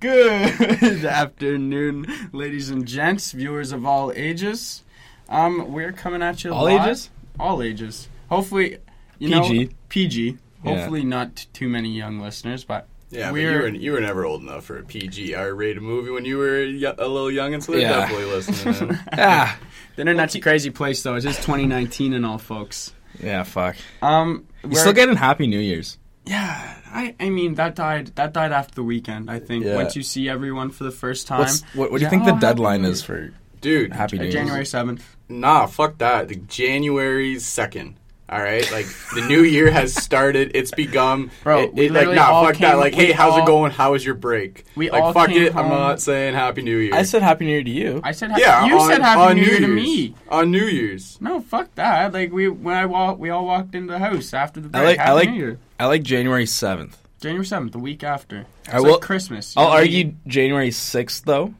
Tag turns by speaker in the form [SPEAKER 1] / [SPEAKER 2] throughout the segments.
[SPEAKER 1] Good afternoon, ladies and gents, viewers of all ages. Um, we're coming at you
[SPEAKER 2] All
[SPEAKER 1] live-
[SPEAKER 2] ages?
[SPEAKER 1] All ages. Hopefully, you
[SPEAKER 2] PG.
[SPEAKER 1] know, PG.
[SPEAKER 2] Yeah.
[SPEAKER 1] Hopefully, not t- too many young listeners, but
[SPEAKER 3] Yeah, but you
[SPEAKER 1] we're
[SPEAKER 3] were you were never old enough for a PG R-rated movie when you were y- a little young, and so they're
[SPEAKER 2] Yeah.
[SPEAKER 3] definitely listening. in.
[SPEAKER 2] ah,
[SPEAKER 1] the internet's a crazy place, though. It is 2019 and all, folks.
[SPEAKER 2] yeah, fuck.
[SPEAKER 1] Um,
[SPEAKER 2] You're
[SPEAKER 1] we're-
[SPEAKER 2] still getting Happy New Year's.
[SPEAKER 1] yeah. I, I mean, that died. That died after the weekend. I think
[SPEAKER 3] Yeah.
[SPEAKER 1] once you see everyone for the first time,
[SPEAKER 2] What's, what, what do you
[SPEAKER 1] Yeah,
[SPEAKER 2] think
[SPEAKER 1] oh,
[SPEAKER 2] the
[SPEAKER 1] Happy
[SPEAKER 2] deadline
[SPEAKER 1] New
[SPEAKER 2] is for
[SPEAKER 3] Dude,
[SPEAKER 2] Happy
[SPEAKER 1] uh,
[SPEAKER 2] New
[SPEAKER 1] January
[SPEAKER 2] Year's?
[SPEAKER 1] seventh.
[SPEAKER 3] nah, fuck that. Like, January second. All right, like the new year has started. It's begun.
[SPEAKER 1] Bro,
[SPEAKER 3] It-
[SPEAKER 1] we
[SPEAKER 3] it- like
[SPEAKER 1] literally
[SPEAKER 3] nah,
[SPEAKER 1] all
[SPEAKER 3] fuck
[SPEAKER 1] came-
[SPEAKER 3] that. Like,
[SPEAKER 1] we
[SPEAKER 3] hey, how's
[SPEAKER 1] all-
[SPEAKER 3] it going? How was your break?
[SPEAKER 1] we
[SPEAKER 3] like,
[SPEAKER 1] all
[SPEAKER 3] fuck
[SPEAKER 1] came
[SPEAKER 3] it.
[SPEAKER 1] home-
[SPEAKER 3] I'm not saying Happy New Year.
[SPEAKER 2] I said Happy New Year to you.
[SPEAKER 1] I said,
[SPEAKER 3] yeah,
[SPEAKER 1] you
[SPEAKER 3] on,
[SPEAKER 1] said Happy
[SPEAKER 3] on
[SPEAKER 1] New Year to
[SPEAKER 3] Year's.
[SPEAKER 1] me.
[SPEAKER 3] on New Year's.
[SPEAKER 1] No, fuck that. Like we when I walk, we all walked into the house after the break.
[SPEAKER 2] I like- I
[SPEAKER 1] Happy
[SPEAKER 2] like-
[SPEAKER 1] New Year.
[SPEAKER 2] I like January 7th.
[SPEAKER 1] January seventh, the week after. It's
[SPEAKER 2] I
[SPEAKER 1] like
[SPEAKER 2] will-
[SPEAKER 1] Christmas. You
[SPEAKER 2] I'll
[SPEAKER 1] know,
[SPEAKER 2] argue January 6th, though,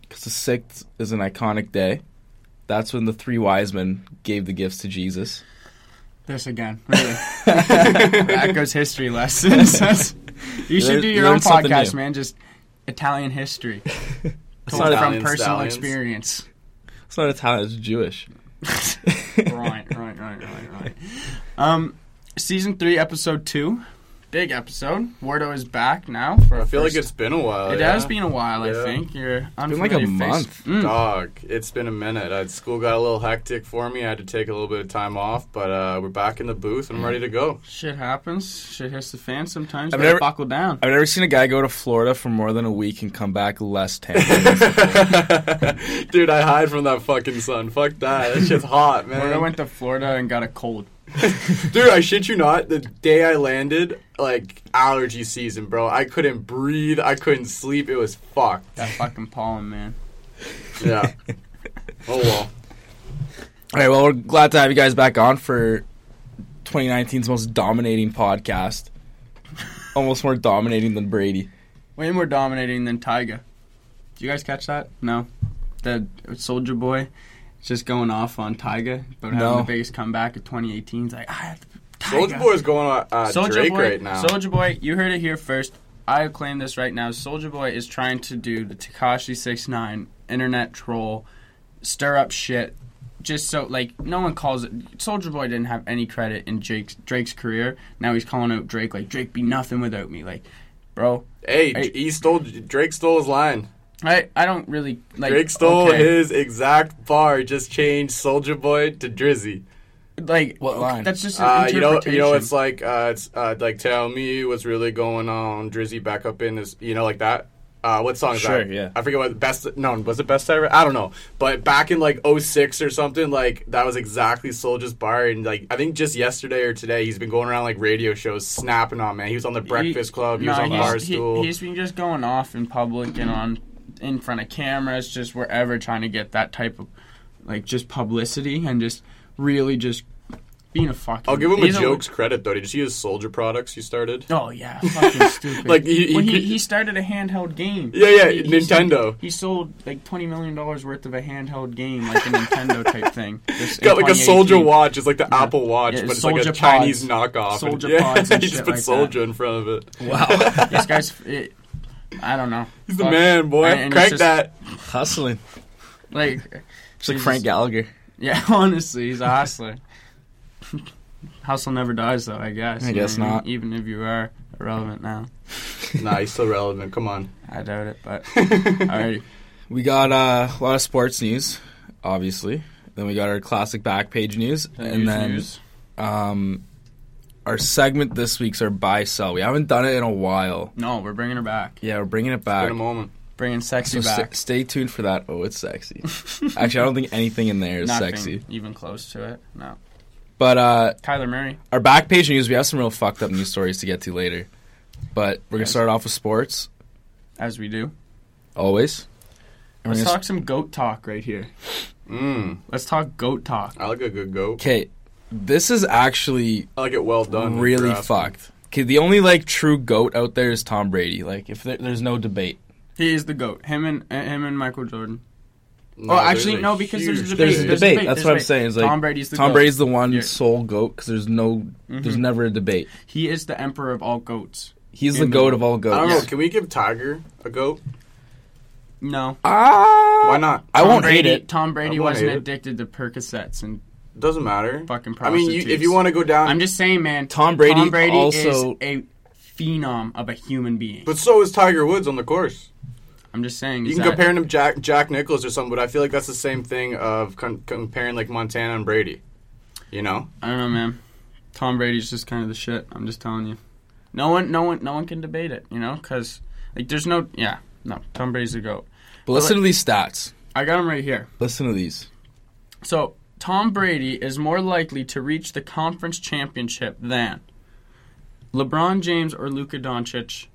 [SPEAKER 2] because the 6th is an iconic day. That's when the three wise men gave the gifts to Jesus.
[SPEAKER 1] this again. Really, that goes history lessons. That's- you should
[SPEAKER 2] Learn-
[SPEAKER 1] do your
[SPEAKER 2] learn
[SPEAKER 1] own
[SPEAKER 2] something
[SPEAKER 1] podcast,
[SPEAKER 2] new.
[SPEAKER 1] man. Just Italian history
[SPEAKER 2] It's
[SPEAKER 1] told
[SPEAKER 2] not,
[SPEAKER 3] Italian
[SPEAKER 1] from personal
[SPEAKER 3] stallions.
[SPEAKER 1] experience.
[SPEAKER 2] it's not Italian, it's Jewish.
[SPEAKER 1] right, right, right, right, right. Um, season three, episode two. Big episode. Wardo is back now. For
[SPEAKER 3] I feel like
[SPEAKER 1] first-
[SPEAKER 3] it's been a while.
[SPEAKER 1] It
[SPEAKER 3] yeah?
[SPEAKER 1] has been a while. I
[SPEAKER 3] Yeah.
[SPEAKER 1] think you're. Mm. It's
[SPEAKER 2] been like a month.
[SPEAKER 1] Hmm.
[SPEAKER 3] Dog, it's been a minute. I, school got a little hectic for me. I had to take a little bit of time off, but uh, we're back in the booth and I'm ready to go.
[SPEAKER 1] Shit happens. Shit hits the fan sometimes.
[SPEAKER 2] I've
[SPEAKER 1] Gotta
[SPEAKER 2] never-
[SPEAKER 1] buckle down.
[SPEAKER 2] I've never seen a guy go to Florida for more than a week and come back less tan.
[SPEAKER 3] Dude, I hide from that fucking sun. Fuck that. That shit's hot,
[SPEAKER 1] When I
[SPEAKER 3] man.
[SPEAKER 1] went to Florida and got a cold.
[SPEAKER 3] Dude, I shit you not. The day I landed, like allergy season, bro. I couldn't breathe. I couldn't sleep. It was fucked.
[SPEAKER 1] That fucking pollen, man.
[SPEAKER 3] Yeah. Oh
[SPEAKER 2] All
[SPEAKER 3] well.
[SPEAKER 2] right, well, we're glad to have you guys back on for 2019's most dominating podcast. Almost more dominating than Brady.
[SPEAKER 1] Way more dominating than Tyga. Did you guys catch that? No. The Soldier Boy is just going off on Tyga, but having
[SPEAKER 2] No.
[SPEAKER 1] the biggest comeback of 2018. He's like, I have
[SPEAKER 3] Soldier Boy's going on uh, Drake
[SPEAKER 1] Boy,
[SPEAKER 3] right now.
[SPEAKER 1] Soldier Boy, you heard it here first. I claim this right now. Soldier Boy is trying to do the Takashi 69 internet troll, stir up shit. Just so like no one calls it. Soldier Boy didn't have any credit in Drake's Drake's career. Now he's calling out Drake like Drake be nothing without me. Like, bro,
[SPEAKER 3] hey,
[SPEAKER 1] Hey.
[SPEAKER 3] he stole Drake stole his line.
[SPEAKER 1] I I don't really like.
[SPEAKER 3] Drake stole
[SPEAKER 1] okay,
[SPEAKER 3] his exact bar, just changed Soldier Boy to Drizzy.
[SPEAKER 1] like
[SPEAKER 2] What
[SPEAKER 1] okay,
[SPEAKER 2] line?
[SPEAKER 1] That's just an
[SPEAKER 3] Uh, you know,
[SPEAKER 1] interpretation.
[SPEAKER 3] you know, it's like, uh, it's uh, like, tell me what's really going on, Drizzy back up in this, you know, like that. Uh, what song is
[SPEAKER 2] Sure,
[SPEAKER 3] that?
[SPEAKER 2] yeah.
[SPEAKER 3] I forget what best. No, was it best I ever? I don't know. But back in like 06 or something, like that was exactly Soldier's bar, and like I think just yesterday or today, he's been going around like radio shows, snapping on man. He was on the Breakfast Club. He was
[SPEAKER 1] nah,
[SPEAKER 3] on
[SPEAKER 1] he's- he-
[SPEAKER 3] Barstool.
[SPEAKER 1] he's been just going off in public and on in front of cameras, just wherever, trying to get that type of like just publicity and just really just being a fucking.
[SPEAKER 3] I'll give him a
[SPEAKER 1] he's
[SPEAKER 3] jokes credit though. Did you see his Soldier products he started?
[SPEAKER 1] Oh yeah, fucking stupid.
[SPEAKER 3] Like, he- he
[SPEAKER 1] Well, he,
[SPEAKER 3] could-
[SPEAKER 1] he started a handheld game.
[SPEAKER 3] Yeah, yeah,
[SPEAKER 1] He- he
[SPEAKER 3] Nintendo.
[SPEAKER 1] He sold like twenty million dollars worth of a handheld game, like a Nintendo type thing. Just in
[SPEAKER 3] got like a soldier
[SPEAKER 1] 2018.
[SPEAKER 3] watch. It's like the Apple Watch,
[SPEAKER 1] Yeah,
[SPEAKER 3] but it's
[SPEAKER 1] soldier
[SPEAKER 3] like a Chinese
[SPEAKER 1] pods.
[SPEAKER 3] knockoff.
[SPEAKER 1] Soldier
[SPEAKER 3] and, yeah,
[SPEAKER 1] pods and
[SPEAKER 3] he
[SPEAKER 1] shit
[SPEAKER 3] just put
[SPEAKER 1] like
[SPEAKER 3] soldier in front of it.
[SPEAKER 2] Wow.
[SPEAKER 1] This guy's. It, I don't know.
[SPEAKER 3] He's the
[SPEAKER 1] Fuck.
[SPEAKER 3] man, boy.
[SPEAKER 1] And- and
[SPEAKER 3] Crack
[SPEAKER 1] it's just-
[SPEAKER 3] that.
[SPEAKER 2] Hustling.
[SPEAKER 1] Like,
[SPEAKER 2] Just like
[SPEAKER 1] Jesus.
[SPEAKER 2] Frank Gallagher.
[SPEAKER 1] yeah, honestly, he's a hustler. Hustle never dies, though. I guess.
[SPEAKER 2] I
[SPEAKER 1] You
[SPEAKER 2] guess
[SPEAKER 1] know what
[SPEAKER 2] not.
[SPEAKER 1] Even if you are irrelevant now,
[SPEAKER 3] Nah, he's still relevant. Come on.
[SPEAKER 1] I doubt it. But alrighty,
[SPEAKER 2] We got uh, a lot of sports news, obviously. Then we got our classic back page news, and then
[SPEAKER 1] news.
[SPEAKER 2] Um, our segment this week's our buy sell. We haven't done it in a while.
[SPEAKER 1] No, we're bringing her back.
[SPEAKER 2] Yeah, we're bringing it
[SPEAKER 3] In
[SPEAKER 2] back.
[SPEAKER 3] a moment.
[SPEAKER 1] Bringing sexy
[SPEAKER 2] So st-
[SPEAKER 1] back.
[SPEAKER 2] stay tuned for that. Oh, it's sexy. Actually, I don't think anything in there is
[SPEAKER 1] Nothing
[SPEAKER 2] sexy.
[SPEAKER 1] even close to it. No.
[SPEAKER 2] But uh,
[SPEAKER 1] Kyler Murray.
[SPEAKER 2] our back page news. We have some real fucked up news stories to get to later. But we're gonna
[SPEAKER 1] Yes.
[SPEAKER 2] start off with sports
[SPEAKER 1] as we do.
[SPEAKER 2] always. And
[SPEAKER 1] Let's talk some goat talk right here.
[SPEAKER 3] Mmm.
[SPEAKER 1] Let's talk goat talk.
[SPEAKER 3] I like a good goat.
[SPEAKER 2] Okay, this is actually
[SPEAKER 3] I like it well done. if
[SPEAKER 2] really
[SPEAKER 3] you're asking.
[SPEAKER 2] fucked. Okay, the only like true goat out there is Tom Brady. Like, if there, there's no debate.
[SPEAKER 1] He is the goat. Him and uh, him and Michael Jordan.
[SPEAKER 3] No,
[SPEAKER 1] oh,
[SPEAKER 3] there's
[SPEAKER 1] actually,
[SPEAKER 3] a
[SPEAKER 1] no, because there's a
[SPEAKER 3] huge
[SPEAKER 1] debate.
[SPEAKER 2] There's a
[SPEAKER 1] There's
[SPEAKER 2] debate.
[SPEAKER 1] debate.
[SPEAKER 2] That's
[SPEAKER 1] There's
[SPEAKER 2] what I'm
[SPEAKER 1] debate.
[SPEAKER 2] saying. Is like
[SPEAKER 1] Tom Brady's the
[SPEAKER 2] Tom
[SPEAKER 1] goat.
[SPEAKER 2] Brady's the one
[SPEAKER 1] Yeah. Mm-hmm.
[SPEAKER 2] sole goat because there's no there's never a debate.
[SPEAKER 1] He is the emperor of all goats.
[SPEAKER 2] He's the goat of all goats.
[SPEAKER 3] I don't know. Can we give Tiger a goat?
[SPEAKER 1] No.
[SPEAKER 2] Ah,
[SPEAKER 3] Why not?
[SPEAKER 2] I
[SPEAKER 1] Tom
[SPEAKER 2] won't hate
[SPEAKER 1] Brady,
[SPEAKER 2] it.
[SPEAKER 1] Tom Brady
[SPEAKER 3] I won't
[SPEAKER 1] wasn't
[SPEAKER 3] hate it.
[SPEAKER 1] addicted to Percocets, and
[SPEAKER 3] Doesn't matter.
[SPEAKER 1] Fucking
[SPEAKER 3] I mean, you, if
[SPEAKER 1] prostitutes.
[SPEAKER 3] you want to go down,
[SPEAKER 1] I'm just saying, man.
[SPEAKER 2] Tom Brady
[SPEAKER 1] is
[SPEAKER 2] also-
[SPEAKER 1] a phenom of a human being.
[SPEAKER 3] but so is Tiger Woods on the course.
[SPEAKER 1] I'm just saying.
[SPEAKER 3] You
[SPEAKER 1] is
[SPEAKER 3] can
[SPEAKER 1] that-
[SPEAKER 3] compare him to Jack Jack Nichols or something, but I feel like that's the same thing of con- comparing like Montana and Brady. You know,
[SPEAKER 1] I don't know, man. Tom Brady's just kind of the shit. I'm just telling you. No one, no one, no one can debate it. You know, because like there's no, yeah, no. Tom Brady's a goat.
[SPEAKER 2] But listen to these stats.
[SPEAKER 1] I got him right here.
[SPEAKER 2] Listen to these.
[SPEAKER 1] So Tom Brady is more likely to reach the conference championship than LeBron James or Luka Doncic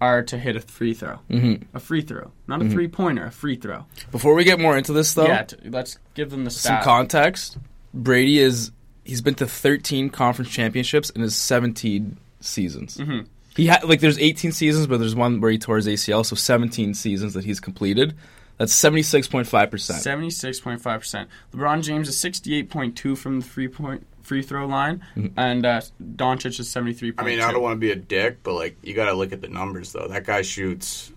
[SPEAKER 1] are to hit a free throw.
[SPEAKER 2] hmm
[SPEAKER 1] A free throw, not a three pointer. A free throw.
[SPEAKER 2] Before we get more into this, though,
[SPEAKER 1] yeah, t- let's give them the
[SPEAKER 2] some
[SPEAKER 1] stat.
[SPEAKER 2] context. Brady is he's been to 13 conference championships in his 17 seasons.
[SPEAKER 1] Mhm.
[SPEAKER 2] He had like there's 18 seasons, but there's one where he tore his ACL, so 17 seasons that he's completed. That's 76.5 percent.
[SPEAKER 1] Seventy-six point five percent. LeBron James is sixty-eight point two from the free point free throw line,
[SPEAKER 2] Mm-hmm.
[SPEAKER 1] and uh, Doncic is seventy-three.
[SPEAKER 3] I mean, I don't want to be a dick, but like you got to look at the numbers though. That guy shoots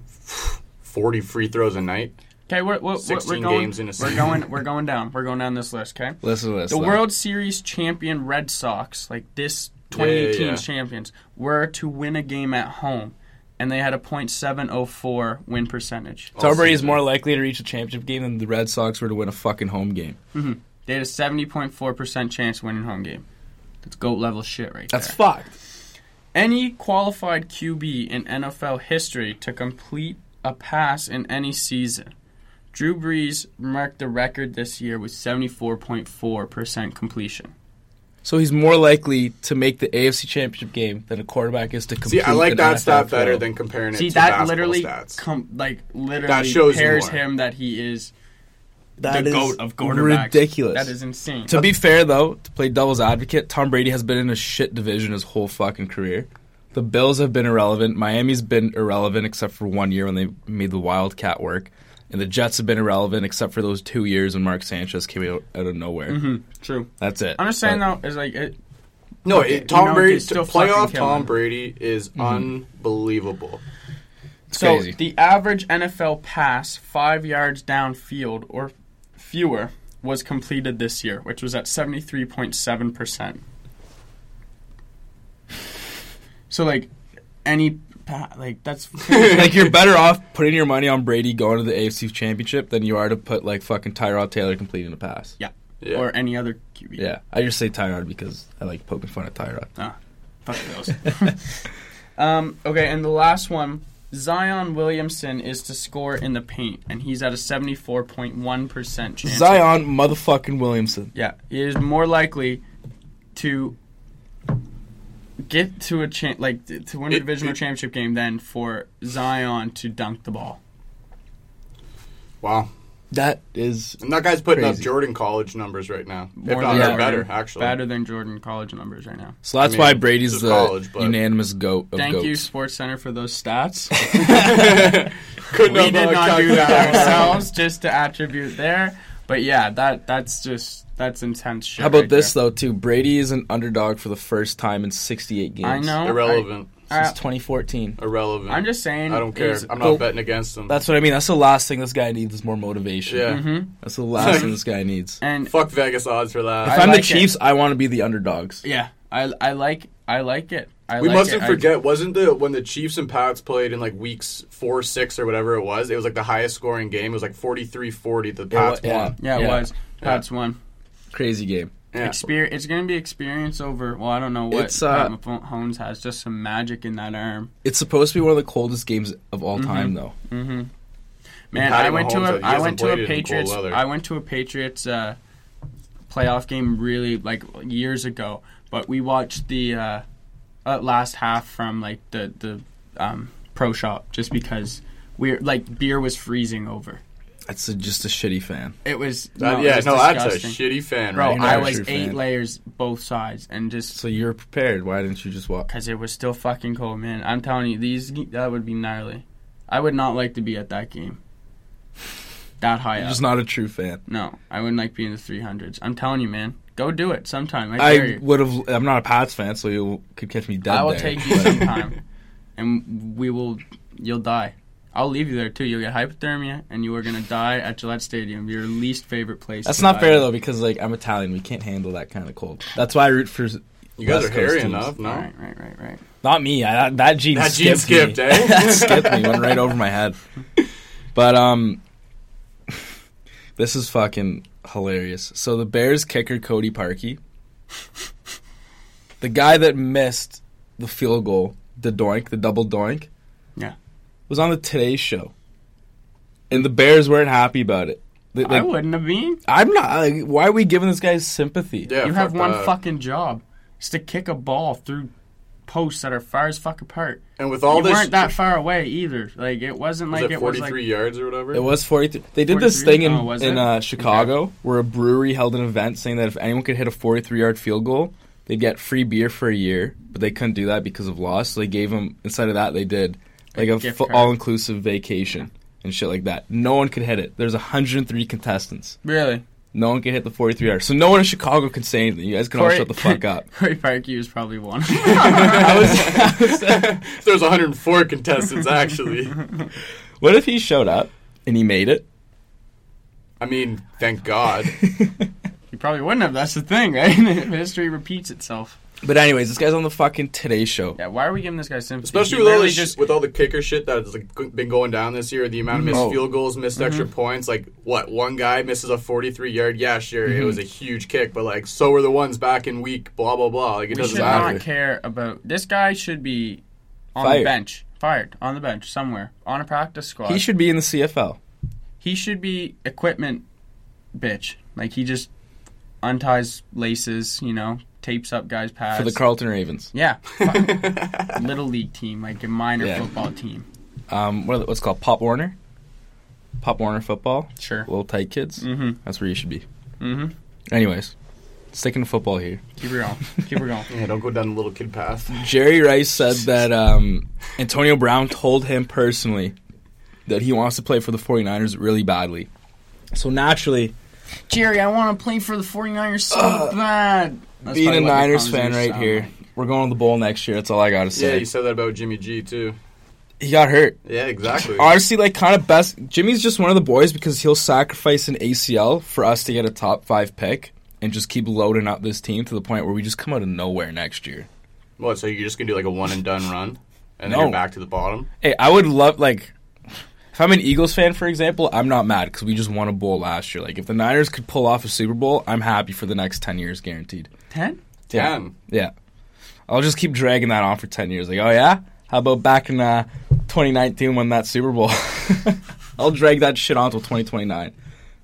[SPEAKER 3] forty free throws a night.
[SPEAKER 1] Okay, we're, we're, we're, we're
[SPEAKER 3] 16
[SPEAKER 1] going.
[SPEAKER 3] games in a
[SPEAKER 1] we're
[SPEAKER 3] season.
[SPEAKER 1] going. We're going down. We're going down this list. Okay.
[SPEAKER 2] Listen to this.
[SPEAKER 1] The
[SPEAKER 2] though.
[SPEAKER 1] World Series champion Red Sox, like this 2018
[SPEAKER 3] yeah.
[SPEAKER 1] champions, were to win a game at home, and they had a .704 win percentage.
[SPEAKER 3] Oh.
[SPEAKER 2] Tom Brady is more likely to reach a championship game than the Red Sox were to win a fucking home game.
[SPEAKER 1] They had a 70.4% chance of winning home game. That's goat level shit right
[SPEAKER 2] That's
[SPEAKER 1] there.
[SPEAKER 2] fucked.
[SPEAKER 1] any qualified QB in NFL history to complete a pass in any season. Drew Brees marked the record this year with 74.4% completion.
[SPEAKER 2] So he's more likely to make the AFC Championship game than a quarterback is to complete.
[SPEAKER 3] See, I like
[SPEAKER 2] an
[SPEAKER 3] that
[SPEAKER 2] NFL
[SPEAKER 3] stat better
[SPEAKER 2] throw.
[SPEAKER 3] than comparing it
[SPEAKER 1] See
[SPEAKER 3] to
[SPEAKER 1] that
[SPEAKER 3] basketball
[SPEAKER 1] literally
[SPEAKER 3] stats.
[SPEAKER 1] com- like literally
[SPEAKER 3] That shows you
[SPEAKER 1] pairs
[SPEAKER 3] more.
[SPEAKER 1] him that he is
[SPEAKER 2] That
[SPEAKER 1] the
[SPEAKER 2] is
[SPEAKER 1] goat of quarterbacks.
[SPEAKER 2] Ridiculous.
[SPEAKER 1] That is insane.
[SPEAKER 2] To be fair, though, to play devil's advocate, Tom Brady has been in a shit division his whole fucking career. The Bills have been irrelevant. Miami's been irrelevant except for one year when they made the Wildcat work. And the Jets have been irrelevant except for those two years when Mark Sanchez came out, out of nowhere.
[SPEAKER 1] True.
[SPEAKER 2] That's it.
[SPEAKER 1] Mm-hmm. I'm just saying
[SPEAKER 2] But
[SPEAKER 1] though, is like it,
[SPEAKER 3] No,
[SPEAKER 1] Okay,
[SPEAKER 3] it, Tom
[SPEAKER 1] you know,
[SPEAKER 3] Brady,
[SPEAKER 1] they still
[SPEAKER 3] playoff
[SPEAKER 1] fucking Mm-hmm. kill
[SPEAKER 3] Tom
[SPEAKER 1] him.
[SPEAKER 3] Brady is unbelievable.
[SPEAKER 1] so
[SPEAKER 2] crazy.
[SPEAKER 1] the average NFL pass five yards downfield or fewer was completed this year, which was at 73.7 percent. So like any pa- like that's
[SPEAKER 2] like you're better off putting your money on Brady going to the AFC Championship than you are to put like fucking Tyrod Taylor completing a pass.
[SPEAKER 1] yeah.
[SPEAKER 3] Yeah.
[SPEAKER 1] Or any other QB.
[SPEAKER 2] Yeah, I just say Tyrod because I like poking fun at Tyrod.
[SPEAKER 1] Fuck those. um, okay, and the last one, Zion Williamson is to score in the paint, and he's at a seventy-four point one percent chance.
[SPEAKER 2] Zion motherfucking Williamson.
[SPEAKER 1] Yeah, he is more likely to get to a cha- like t- to win a
[SPEAKER 3] It-
[SPEAKER 1] divisional
[SPEAKER 3] it-
[SPEAKER 1] championship game than for Zion to dunk the ball.
[SPEAKER 3] Wow.
[SPEAKER 2] That is
[SPEAKER 3] And that guy's putting
[SPEAKER 2] Crazy.
[SPEAKER 3] up Jordan college numbers right now. If
[SPEAKER 1] More
[SPEAKER 3] not
[SPEAKER 1] than
[SPEAKER 3] they're
[SPEAKER 1] Jordan-
[SPEAKER 3] better, actually.
[SPEAKER 1] better than Jordan college numbers right now.
[SPEAKER 2] So that's
[SPEAKER 3] I mean,
[SPEAKER 2] why
[SPEAKER 3] this
[SPEAKER 2] Brady's
[SPEAKER 3] is
[SPEAKER 2] the
[SPEAKER 3] college, but-
[SPEAKER 2] unanimous goat of
[SPEAKER 1] Thank
[SPEAKER 2] Oh, goats.
[SPEAKER 1] you, Sports Center, for those stats.
[SPEAKER 3] Couldn't
[SPEAKER 1] we
[SPEAKER 3] have,
[SPEAKER 1] did
[SPEAKER 3] uh,
[SPEAKER 1] not
[SPEAKER 3] cut
[SPEAKER 1] do that
[SPEAKER 3] out.
[SPEAKER 1] ourselves just to attribute there. But yeah, that that's just that's intense shit.
[SPEAKER 2] How about
[SPEAKER 1] right
[SPEAKER 2] this though? Too Brady is an underdog for the first time in 68 games.
[SPEAKER 1] there. I know.
[SPEAKER 3] Irrelevant.
[SPEAKER 1] I,
[SPEAKER 2] since 2014.
[SPEAKER 3] Irrelevant.
[SPEAKER 1] am Uh, just saying.
[SPEAKER 3] I don't care.
[SPEAKER 1] is-
[SPEAKER 3] I'm not
[SPEAKER 2] Well,
[SPEAKER 3] betting against him.
[SPEAKER 2] That's what I mean. That's the last thing this guy needs is more motivation.
[SPEAKER 3] yeah.
[SPEAKER 1] Mhm.
[SPEAKER 2] That's the last thing this guy needs. If
[SPEAKER 1] And
[SPEAKER 3] Fuck Vegas odds for that.
[SPEAKER 1] I
[SPEAKER 2] I'm the
[SPEAKER 1] like it.
[SPEAKER 2] Chiefs, I want to be the underdogs.
[SPEAKER 1] yeah, I I like I like it. I
[SPEAKER 3] we
[SPEAKER 1] like
[SPEAKER 3] mustn't
[SPEAKER 1] it. I-
[SPEAKER 3] forget, wasn't the when the Chiefs and Pats played in like weeks four, six, or whatever it was? It was like the highest scoring game. It was like 43-40. The Pats
[SPEAKER 2] yeah.
[SPEAKER 3] won.
[SPEAKER 1] yeah, it
[SPEAKER 2] Yeah.
[SPEAKER 1] was. Pats one.
[SPEAKER 2] Crazy game.
[SPEAKER 3] Yeah.
[SPEAKER 1] Exper- it's gonna be experience over. Well, I don't know what
[SPEAKER 2] It's, uh,
[SPEAKER 1] Pat Mahon- Mahomes has. Just some magic in that arm.
[SPEAKER 2] It's supposed to be one of the coldest games of
[SPEAKER 1] Mm-hmm.
[SPEAKER 2] all time though.
[SPEAKER 1] Man,
[SPEAKER 3] Patty
[SPEAKER 1] I went to
[SPEAKER 3] Mahomes,
[SPEAKER 1] a
[SPEAKER 3] he
[SPEAKER 1] I
[SPEAKER 3] hasn't
[SPEAKER 1] went to
[SPEAKER 3] played
[SPEAKER 1] a
[SPEAKER 3] it in cold
[SPEAKER 1] Patriots
[SPEAKER 3] weather.
[SPEAKER 1] I went to a Patriots uh, playoff game really like years ago, but we watched the uh, uh, last half from like the the um, pro shop just because we are like beer was freezing over.
[SPEAKER 2] That's a, just a shitty fan.
[SPEAKER 1] It was
[SPEAKER 3] That-
[SPEAKER 1] no, it
[SPEAKER 3] yeah,
[SPEAKER 1] was
[SPEAKER 3] no, that's a
[SPEAKER 1] disgusting.
[SPEAKER 3] shitty fan,
[SPEAKER 1] bro.
[SPEAKER 3] right?
[SPEAKER 2] You're not
[SPEAKER 1] I
[SPEAKER 2] a
[SPEAKER 1] was
[SPEAKER 2] true
[SPEAKER 1] eight
[SPEAKER 2] fan.
[SPEAKER 1] layers both sides and just
[SPEAKER 2] So you're prepared. Why didn't you just walk?
[SPEAKER 1] Cause it was still fucking cold, man. I'm telling you, these that would be gnarly. I would not like to be at that game. That high
[SPEAKER 2] You're
[SPEAKER 1] up.
[SPEAKER 2] just not a true fan.
[SPEAKER 1] no, I wouldn't like being in the 300s. I'm telling you, man. Go do it sometime. I, dare
[SPEAKER 2] I
[SPEAKER 1] you.
[SPEAKER 2] would have. I'm not a Pats fan, so you could catch me dead.
[SPEAKER 1] I will
[SPEAKER 2] there,
[SPEAKER 1] take you
[SPEAKER 2] but-
[SPEAKER 1] sometime. and we will. You'll die. I'll leave you there too. You'll get hypothermia, and you are gonna die at Gillette Stadium, your least favorite place.
[SPEAKER 2] That's
[SPEAKER 1] to
[SPEAKER 2] not
[SPEAKER 1] die.
[SPEAKER 2] fair though, because like I'm Italian, we can't handle that kind of cold. That's why I root for.
[SPEAKER 3] You guys
[SPEAKER 2] West
[SPEAKER 3] are
[SPEAKER 2] Coast
[SPEAKER 3] hairy
[SPEAKER 2] teams.
[SPEAKER 3] enough, no?
[SPEAKER 1] Right, right, right, right.
[SPEAKER 2] Not me. I, that- that gene
[SPEAKER 3] That gene
[SPEAKER 2] skipped
[SPEAKER 3] skipped,
[SPEAKER 2] me.
[SPEAKER 3] eh?
[SPEAKER 2] That skipped me. Went right over my head. But um, this is fucking hilarious. So the Bears kicker Cody Parkey, the guy that missed the field goal, the doink, the double doink,
[SPEAKER 1] Yeah.
[SPEAKER 2] was on the Today Show, and the Bears weren't happy about it. They-
[SPEAKER 1] I
[SPEAKER 2] like,
[SPEAKER 1] wouldn't have been.
[SPEAKER 2] I'm not. Like, why are we giving this guy sympathy?
[SPEAKER 3] Yeah,
[SPEAKER 1] you have
[SPEAKER 3] fuck
[SPEAKER 1] one
[SPEAKER 3] that.
[SPEAKER 1] fucking job, is to kick a ball through posts that are far as fuck apart.
[SPEAKER 3] And with all
[SPEAKER 1] you
[SPEAKER 3] this,
[SPEAKER 1] weren't that far away either. Like it wasn't
[SPEAKER 3] was
[SPEAKER 1] like
[SPEAKER 3] it
[SPEAKER 1] it was
[SPEAKER 3] 43
[SPEAKER 1] like
[SPEAKER 3] yards or whatever?
[SPEAKER 2] It was 43. They did this
[SPEAKER 1] 43?
[SPEAKER 2] thing in,
[SPEAKER 1] Oh, was
[SPEAKER 2] in
[SPEAKER 1] it?
[SPEAKER 2] uh, Chicago where a brewery held an event saying that if anyone could hit a 43 yard field goal, they'd get free beer for a year, but they couldn't do that because of loss. So they gave them, instead of that, they did like
[SPEAKER 1] A
[SPEAKER 2] a
[SPEAKER 1] gift
[SPEAKER 2] fu-
[SPEAKER 1] card.
[SPEAKER 2] all inclusive vacation and shit like that. No one could hit it. There's 103 contestants.
[SPEAKER 1] really.
[SPEAKER 2] No one could hit the 43 yard. So no one in Chicago could say anything. You guys could all
[SPEAKER 1] Corey-
[SPEAKER 2] shut the fuck up.
[SPEAKER 1] Corey Parkey was probably one.
[SPEAKER 2] I was- I was-
[SPEAKER 3] there was 104 contestants actually.
[SPEAKER 2] what if he showed up and he made it?
[SPEAKER 3] I mean, thank God.
[SPEAKER 1] you probably wouldn't have. That's the thing, right? History repeats itself.
[SPEAKER 2] But anyways, this guy's on the fucking Today Show.
[SPEAKER 1] Yeah. Why are we giving this guy sympathy?
[SPEAKER 3] Especially
[SPEAKER 1] He
[SPEAKER 3] with all
[SPEAKER 1] literally
[SPEAKER 3] this, sh- with all the kicker shit that's like, g- been going down this year, the amount of missed
[SPEAKER 2] Mhm.
[SPEAKER 3] field goals, missed
[SPEAKER 1] Mm-hmm.
[SPEAKER 3] extra points. Like, what? One guy misses a 43 yard. Yeah, sure, it
[SPEAKER 1] Mm-hmm.
[SPEAKER 3] was a huge kick, but like, so were the ones back in week. Blah blah blah. Like, it
[SPEAKER 1] we
[SPEAKER 3] doesn't
[SPEAKER 1] should
[SPEAKER 3] matter.
[SPEAKER 1] not care about this guy. Should be on the
[SPEAKER 2] Fired.
[SPEAKER 1] bench, fired on the bench somewhere on a practice squad.
[SPEAKER 2] He should be in the CFL.
[SPEAKER 1] he should be equipment bitch. Like he just unties laces, you know, tapes up guys' pads.
[SPEAKER 2] for the Carlton Ravens.
[SPEAKER 1] yeah, fuck. little league team, like a minor
[SPEAKER 2] Yeah.
[SPEAKER 1] football team.
[SPEAKER 2] Um, what are the- what's it called Pop Warner, Pop Warner football.
[SPEAKER 1] Sure.
[SPEAKER 2] Little tight kids.
[SPEAKER 1] Mm-hmm.
[SPEAKER 2] That's where you should be.
[SPEAKER 1] Mm-hmm.
[SPEAKER 2] Anyways, sticking to football here.
[SPEAKER 1] Keep it going. Keep it going.
[SPEAKER 3] Yeah, don't go down the little kid path.
[SPEAKER 2] Jerry Rice said that um, Antonio Brown told him personally that he wants to play for the 49ers really badly. So naturally,
[SPEAKER 1] Jerry, I want to play for the 49ers so bad. That's
[SPEAKER 2] Uh, being
[SPEAKER 1] probably
[SPEAKER 2] a
[SPEAKER 1] what the
[SPEAKER 2] Niners fan
[SPEAKER 1] conversation
[SPEAKER 2] right
[SPEAKER 1] sound
[SPEAKER 2] here,
[SPEAKER 1] like.
[SPEAKER 2] we're going to the bowl next year. That's all I got to
[SPEAKER 3] Yeah,
[SPEAKER 2] say.
[SPEAKER 3] you said that about Jimmy G too.
[SPEAKER 2] he got hurt.
[SPEAKER 3] Yeah, exactly.
[SPEAKER 2] Honestly, like kind of best. Jimmy's just one of the boys because he'll sacrifice an ACL for us to get a top five pick and just keep loading up this team to the point where we just come out of nowhere next year.
[SPEAKER 3] What? So you're just gonna do like a one and done run, and then
[SPEAKER 2] No.
[SPEAKER 3] you're back to the bottom.
[SPEAKER 2] Hey, I would love like if I'm an Eagles fan, for example, I'm not mad because we just won a bowl last year. Like if the Niners could pull off a Super Bowl, I'm happy for the next ten years, guaranteed.
[SPEAKER 1] Ten?
[SPEAKER 2] Yeah.
[SPEAKER 3] Damn.
[SPEAKER 2] Yeah, I'll just keep dragging that on for ten years. Like, oh yeah, how about back in uh, 2019 when that Super Bowl? I'll drag that shit on till 2029.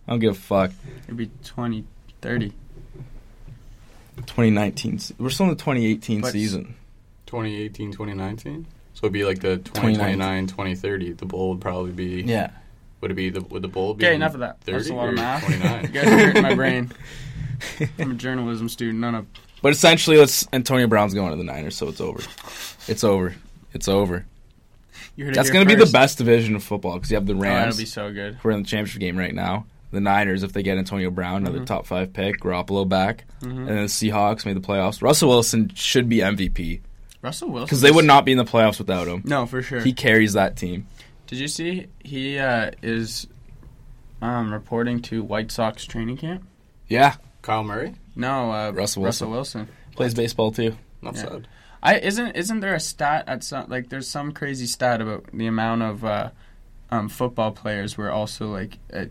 [SPEAKER 2] I don't give a fuck.
[SPEAKER 1] It'd be 20, 30.
[SPEAKER 2] 2019. se- We're still in the 2018
[SPEAKER 1] But-
[SPEAKER 2] season.
[SPEAKER 3] 2018, 2019. So it'd be like the
[SPEAKER 2] 2029.
[SPEAKER 3] 2029, 2030. The bowl would probably be.
[SPEAKER 2] Yeah.
[SPEAKER 3] Would it be the would the bowl be?
[SPEAKER 1] Okay, enough of that. That's
[SPEAKER 3] 30
[SPEAKER 1] a lot of
[SPEAKER 3] or
[SPEAKER 1] math. You
[SPEAKER 3] 29.
[SPEAKER 1] guys are hurting my brain. I'm a journalism student. None of
[SPEAKER 2] But essentially, it's Antonio Brown's going to the Niners, so it's over. It's over. It's over.
[SPEAKER 1] you heard it
[SPEAKER 2] That's
[SPEAKER 1] here
[SPEAKER 2] going to be the
[SPEAKER 1] first.
[SPEAKER 2] best division of football because you have the
[SPEAKER 1] Oh,
[SPEAKER 2] Rams.
[SPEAKER 1] that'll be so good.
[SPEAKER 2] who are in the championship game right now. The Niners, if they get Antonio Brown, another
[SPEAKER 1] Mm-hmm.
[SPEAKER 2] top five pick, Garoppolo back, and then the Seahawks made the playoffs. Russell Wilson should be MVP
[SPEAKER 1] Russell Wilson.
[SPEAKER 2] because they would not be in the playoffs without him.
[SPEAKER 1] No, for sure.
[SPEAKER 2] He carries that team.
[SPEAKER 1] Did you see he uh, is um, reporting to White Sox training camp?
[SPEAKER 2] Yeah,
[SPEAKER 3] Kyle Murray.
[SPEAKER 1] No, uh,
[SPEAKER 2] Russell
[SPEAKER 1] Russell Wilson.
[SPEAKER 2] plays baseball too.
[SPEAKER 3] Not
[SPEAKER 1] Yeah.
[SPEAKER 3] sad.
[SPEAKER 1] I isn't isn't there a stat at some like there's some crazy stat about the amount of uh, um, football players were also like at,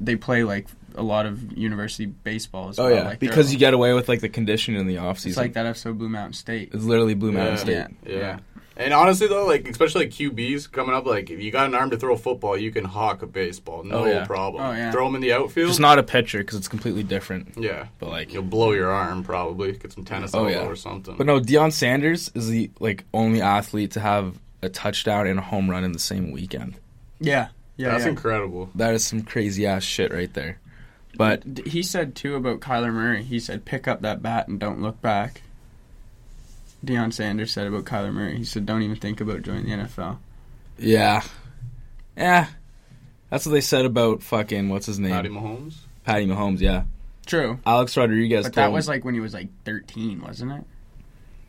[SPEAKER 1] they play like a lot of university baseball. As
[SPEAKER 2] Oh
[SPEAKER 1] well.
[SPEAKER 2] yeah,
[SPEAKER 1] like,
[SPEAKER 2] because
[SPEAKER 1] they're-
[SPEAKER 2] you get away with like the condition in the offseason.
[SPEAKER 1] it's like that episode Blue Mountain State.
[SPEAKER 2] It's literally Blue Mountain
[SPEAKER 3] Yeah.
[SPEAKER 2] State.
[SPEAKER 1] Yeah.
[SPEAKER 3] Yeah. And honestly though, like especially like QBs coming up, like if you got an arm to throw a football, you can hawk a baseball, no
[SPEAKER 2] Oh, yeah.
[SPEAKER 3] problem.
[SPEAKER 1] Oh, yeah.
[SPEAKER 3] Throw them in the outfield.
[SPEAKER 2] Just not a pitcher because it's completely different.
[SPEAKER 3] yeah.
[SPEAKER 2] But like,
[SPEAKER 3] You'll blow your arm probably. Get some tennis
[SPEAKER 2] Oh,
[SPEAKER 3] elbow
[SPEAKER 2] yeah.
[SPEAKER 3] or something.
[SPEAKER 2] but no, Deion Sanders is the like only athlete to have a touchdown and a home run in the same weekend.
[SPEAKER 1] Yeah, yeah,
[SPEAKER 3] That's
[SPEAKER 1] yeah.
[SPEAKER 3] incredible.
[SPEAKER 2] That is some crazy ass shit right there. But
[SPEAKER 1] D- He said too about Kyler Murray. He said, "Pick up that bat and don't look back." Deion Sanders said about Kyler Murray. He said, "Don't even think about joining the NFL."
[SPEAKER 2] yeah, yeah, that's what they said about fucking what's his name,
[SPEAKER 3] Patty
[SPEAKER 2] Patty,
[SPEAKER 3] Mahomes.
[SPEAKER 2] Mahomes. Yeah,
[SPEAKER 1] True,
[SPEAKER 2] Alex Rodriguez.
[SPEAKER 1] but
[SPEAKER 2] told
[SPEAKER 1] that
[SPEAKER 2] him-
[SPEAKER 1] was like when he was like 13, wasn't it?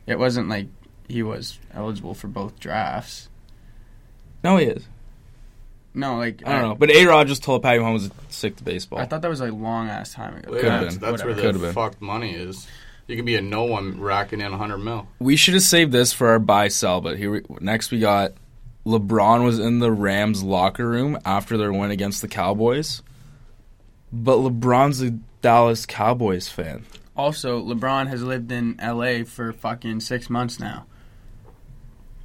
[SPEAKER 1] It wasn't like he was eligible for both drafts.
[SPEAKER 2] No, he is.
[SPEAKER 1] No, like
[SPEAKER 2] I don't know. But A Rod just told Patty Mahomes it's sick to baseball.
[SPEAKER 1] I thought that was a long ass time ago.
[SPEAKER 3] Well,
[SPEAKER 2] Could've
[SPEAKER 3] yeah,
[SPEAKER 2] been.
[SPEAKER 3] that's, that's
[SPEAKER 1] Whatever.
[SPEAKER 3] where the
[SPEAKER 2] Could've been.
[SPEAKER 3] fucked money is. You could be a no one racking in 100 mil.
[SPEAKER 2] we should have saved this for our buy sell, but here we, next we got LeBron was in the Rams locker room after their win against the Cowboys. But LeBron's a Dallas Cowboys fan.
[SPEAKER 1] Also, LeBron has lived in LA for fucking six months now.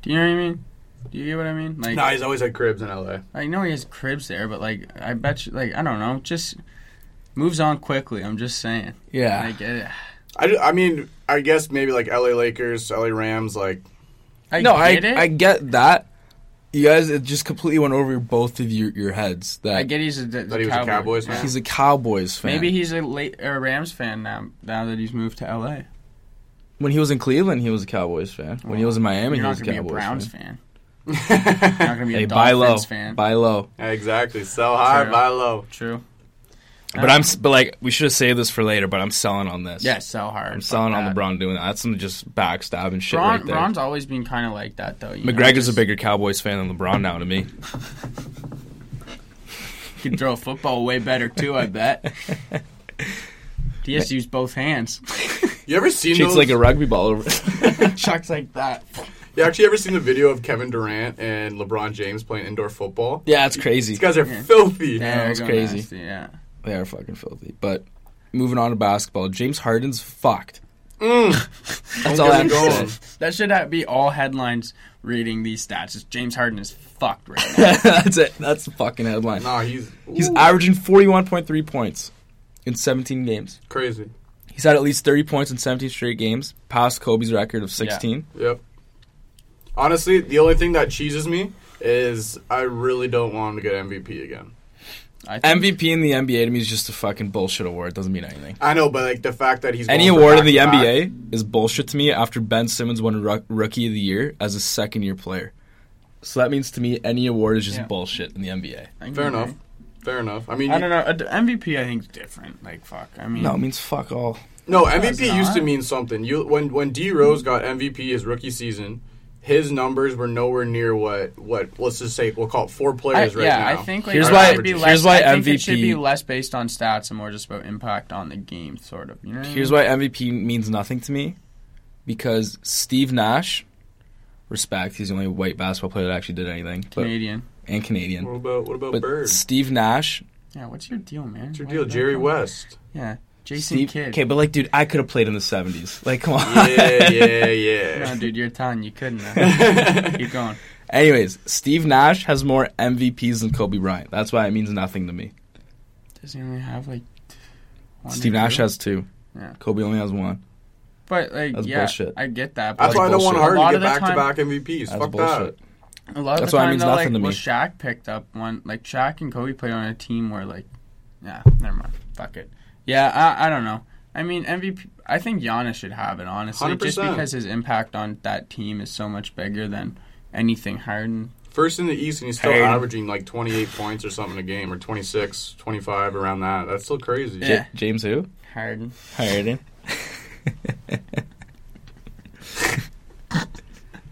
[SPEAKER 1] Do you know what I mean? Do you get what I mean? Like,
[SPEAKER 3] Nah, he's always had cribs in LA.
[SPEAKER 1] I know he has cribs there, but like, I bet you, like, I don't know, just moves on quickly. I'm just saying.
[SPEAKER 2] Yeah.
[SPEAKER 1] Like, it,
[SPEAKER 3] I, ju- I mean, I guess maybe like LA Lakers, LA Rams, like
[SPEAKER 1] I
[SPEAKER 2] no, I
[SPEAKER 1] get it.
[SPEAKER 2] I get that. You guys, it just completely went over both of your, your heads that
[SPEAKER 1] I get he's a, d-
[SPEAKER 3] he was a
[SPEAKER 1] Cowboy.
[SPEAKER 3] Cowboys
[SPEAKER 1] yeah.
[SPEAKER 3] fan?
[SPEAKER 2] he's a Cowboys fan.
[SPEAKER 1] Maybe he's a late a Rams fan now. Now that he's moved to LA,
[SPEAKER 2] when he was in Cleveland, he was a Cowboys fan. When he was in
[SPEAKER 1] you're
[SPEAKER 2] Miami, he
[SPEAKER 1] not
[SPEAKER 2] was a
[SPEAKER 1] gonna be a
[SPEAKER 2] Cowboys
[SPEAKER 1] Browns
[SPEAKER 2] fan.
[SPEAKER 1] fan. You're not gonna be a
[SPEAKER 2] Hey, buy low,
[SPEAKER 1] Dolphins fan.
[SPEAKER 2] buy low.
[SPEAKER 3] exactly. Sell high,
[SPEAKER 1] True.
[SPEAKER 3] buy low.
[SPEAKER 1] True. Um,
[SPEAKER 2] But I'm s- but like we should have saved this for later. But I'm selling on this.
[SPEAKER 1] Uh, Yeah, sell hard.
[SPEAKER 2] I'm selling on
[SPEAKER 1] the
[SPEAKER 2] LeBron doing that. That's some just backstabbing shit
[SPEAKER 1] Braun,
[SPEAKER 2] right there.
[SPEAKER 1] Braun's always been kind of like that, though. you know,
[SPEAKER 2] McGregor's
[SPEAKER 1] just-
[SPEAKER 2] a bigger Cowboys fan than LeBron now to me.
[SPEAKER 1] Can throw a football way better too. I bet. He has to use both hands.
[SPEAKER 3] You ever seen
[SPEAKER 2] Cheats
[SPEAKER 3] those?
[SPEAKER 2] like a rugby ball over.
[SPEAKER 1] Chucks like that.
[SPEAKER 3] you actually ever seen the video of Kevin Durant and LeBron James playing indoor football?
[SPEAKER 2] yeah, it's crazy.
[SPEAKER 3] These guys are
[SPEAKER 1] Yeah.
[SPEAKER 3] filthy.
[SPEAKER 1] Yeah,
[SPEAKER 2] that's
[SPEAKER 1] go
[SPEAKER 2] crazy.
[SPEAKER 1] nasty, yeah.
[SPEAKER 2] They are fucking filthy. But moving on to basketball, James Harden's fucked.
[SPEAKER 3] Mm.
[SPEAKER 2] That's all
[SPEAKER 3] get
[SPEAKER 2] I'm
[SPEAKER 3] me
[SPEAKER 2] going.
[SPEAKER 3] going.
[SPEAKER 1] That should not be all headlines. Reading these stats, is James Harden is fucked right now.
[SPEAKER 2] That's it. That's the fucking headline.
[SPEAKER 3] Nah, he's
[SPEAKER 2] He's
[SPEAKER 3] ooh,
[SPEAKER 2] averaging 41.3 points in 17 games.
[SPEAKER 3] crazy.
[SPEAKER 2] He's had at least 30 points in 17 straight games, past Kobe's record of 16.
[SPEAKER 3] Yep. Honestly, the only thing that cheeses me is I really don't want him to get MVP again.
[SPEAKER 1] I think-
[SPEAKER 2] MVP in the NBA to me is just a fucking bullshit award. Doesn't mean anything.
[SPEAKER 3] I know, but like the fact that he's
[SPEAKER 2] Any
[SPEAKER 3] going for
[SPEAKER 2] award in the
[SPEAKER 3] back-to-back-
[SPEAKER 2] NBA is bullshit to me after Ben Simmons won Rook- Rookie of the Year as a second year player. So that means to me, any award is just
[SPEAKER 1] Yeah.
[SPEAKER 2] bullshit in the NBA.
[SPEAKER 1] I think
[SPEAKER 3] Fair
[SPEAKER 1] you're
[SPEAKER 3] enough.
[SPEAKER 1] right.
[SPEAKER 3] Fair enough. I mean,
[SPEAKER 1] Mm-hmm. I don't know. a d- MVP, I think, is different. Like, fuck. I mean,
[SPEAKER 2] No, it means fuck all.
[SPEAKER 3] No,
[SPEAKER 1] it's
[SPEAKER 3] MVP used to
[SPEAKER 1] not.
[SPEAKER 3] mean something. You when when D Rose got MVP his rookie season, his numbers were nowhere near what what let's just say we'll call it four
[SPEAKER 1] I,
[SPEAKER 3] players right
[SPEAKER 1] yeah,
[SPEAKER 3] now.
[SPEAKER 1] I think like
[SPEAKER 2] Here's
[SPEAKER 1] it
[SPEAKER 2] why-
[SPEAKER 1] should be
[SPEAKER 2] here's
[SPEAKER 1] less,
[SPEAKER 2] why
[SPEAKER 1] I think it should
[SPEAKER 2] MVP
[SPEAKER 1] be less based on stats and more just about impact on the game, sort of. You know what I
[SPEAKER 2] Here's
[SPEAKER 1] mean?
[SPEAKER 2] why MVP means nothing to me because Steve Nash, respect, he's the only white basketball player that actually did anything, but,
[SPEAKER 1] Canadian.
[SPEAKER 2] and Canadian.
[SPEAKER 3] What about what about
[SPEAKER 2] But
[SPEAKER 3] Bird?
[SPEAKER 2] Steve Nash,
[SPEAKER 1] Yeah, what's your deal, man?
[SPEAKER 3] What's your
[SPEAKER 1] Why
[SPEAKER 3] deal,
[SPEAKER 1] did that
[SPEAKER 3] Jerry
[SPEAKER 1] come?
[SPEAKER 3] West?
[SPEAKER 1] Yeah, Jason
[SPEAKER 2] Steve,
[SPEAKER 1] Kidd.
[SPEAKER 2] okay, but like, dude, I could have played in the '70s. Like, come on.
[SPEAKER 3] yeah, yeah,
[SPEAKER 1] No,
[SPEAKER 3] yeah.
[SPEAKER 1] dude, you're telling you couldn't. have. Keep going.
[SPEAKER 2] Anyways, Steve Nash has more MVPs than Kobe Bryant. That's why it means nothing to me.
[SPEAKER 1] Does he only have like? one or
[SPEAKER 2] Steve Nash
[SPEAKER 1] two?
[SPEAKER 2] has two.
[SPEAKER 1] Yeah.
[SPEAKER 2] Kobe only has one.
[SPEAKER 1] But like,
[SPEAKER 2] That's
[SPEAKER 1] yeah,
[SPEAKER 2] bullshit.
[SPEAKER 1] I get that. But
[SPEAKER 3] That's why I
[SPEAKER 1] like,
[SPEAKER 3] don't want
[SPEAKER 1] bullshit.
[SPEAKER 3] Harden
[SPEAKER 1] A lot
[SPEAKER 3] to
[SPEAKER 1] of the
[SPEAKER 3] get
[SPEAKER 1] time-
[SPEAKER 3] back to back MVPs.
[SPEAKER 2] That's
[SPEAKER 3] Fuck
[SPEAKER 2] bullshit.
[SPEAKER 1] a lot of
[SPEAKER 2] That's
[SPEAKER 1] the
[SPEAKER 2] why it
[SPEAKER 1] time
[SPEAKER 2] means
[SPEAKER 1] though,
[SPEAKER 2] nothing
[SPEAKER 1] like,
[SPEAKER 2] to me.
[SPEAKER 1] was Shaq picked up one, like Shaq and Kobe played on a team where like, yeah, never mind, fuck it. Yeah, I, I don't know. I mean, MVP. I think Giannis should have it honestly, just
[SPEAKER 3] 100%.
[SPEAKER 1] because his impact on that team is so much bigger than anything Harden.
[SPEAKER 3] that. First in the East, and he's still
[SPEAKER 2] Harden.
[SPEAKER 3] averaging like 28 points or something a game, or 26, 25, around that. That's still crazy.
[SPEAKER 1] Yeah.
[SPEAKER 2] J- James who?
[SPEAKER 1] Harden.
[SPEAKER 2] Harden.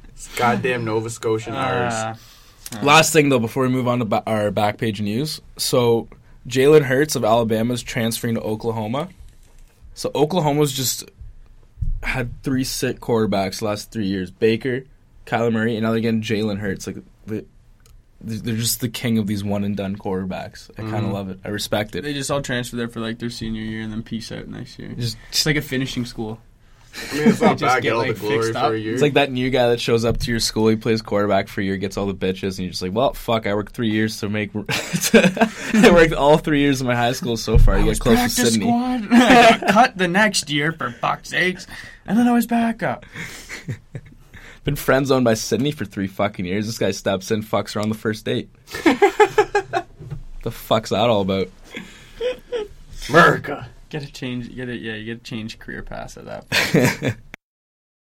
[SPEAKER 3] It's goddamn Nova Scotian hours.
[SPEAKER 1] Uh,
[SPEAKER 2] Last thing though, before we move on to ba- our back page news, so Jalen Hurts of Alabama is transferring to Oklahoma. So Oklahoma's just had three sick quarterbacks the last three years: Baker, Kyler Murray, and now they're getting Jalen Hurts. Like the, they're just the king of these one and done quarterbacks. I kind of
[SPEAKER 3] Mhm.
[SPEAKER 2] love it. I respect it.
[SPEAKER 1] Mm-hmm. they just all transfer there for like their senior year and then peace out next year.
[SPEAKER 2] Just-
[SPEAKER 1] It's like a finishing school.
[SPEAKER 3] I mean, it's not
[SPEAKER 1] Just
[SPEAKER 3] bad.
[SPEAKER 1] get,
[SPEAKER 3] Get all the
[SPEAKER 1] like,
[SPEAKER 3] glory
[SPEAKER 1] fixed
[SPEAKER 3] for
[SPEAKER 1] up.
[SPEAKER 3] a year.
[SPEAKER 2] It's like that new guy that shows up to your school. He plays quarterback for a year, gets all the bitches, and you're just like, "Well, fuck! I worked three years to make. I worked all three years of my high school so far. You get close to
[SPEAKER 1] practice
[SPEAKER 2] Sydney.
[SPEAKER 1] squad. I got cut the next year for fuck's sakes, and then I was back up.
[SPEAKER 2] Been friend zoned by Sydney for three fucking years. This guy steps in, fucks her on the first date. the fuck's that all about?
[SPEAKER 3] America.
[SPEAKER 1] Get a change. Get it. Yeah, you get a change career path at that. point.
[SPEAKER 2] but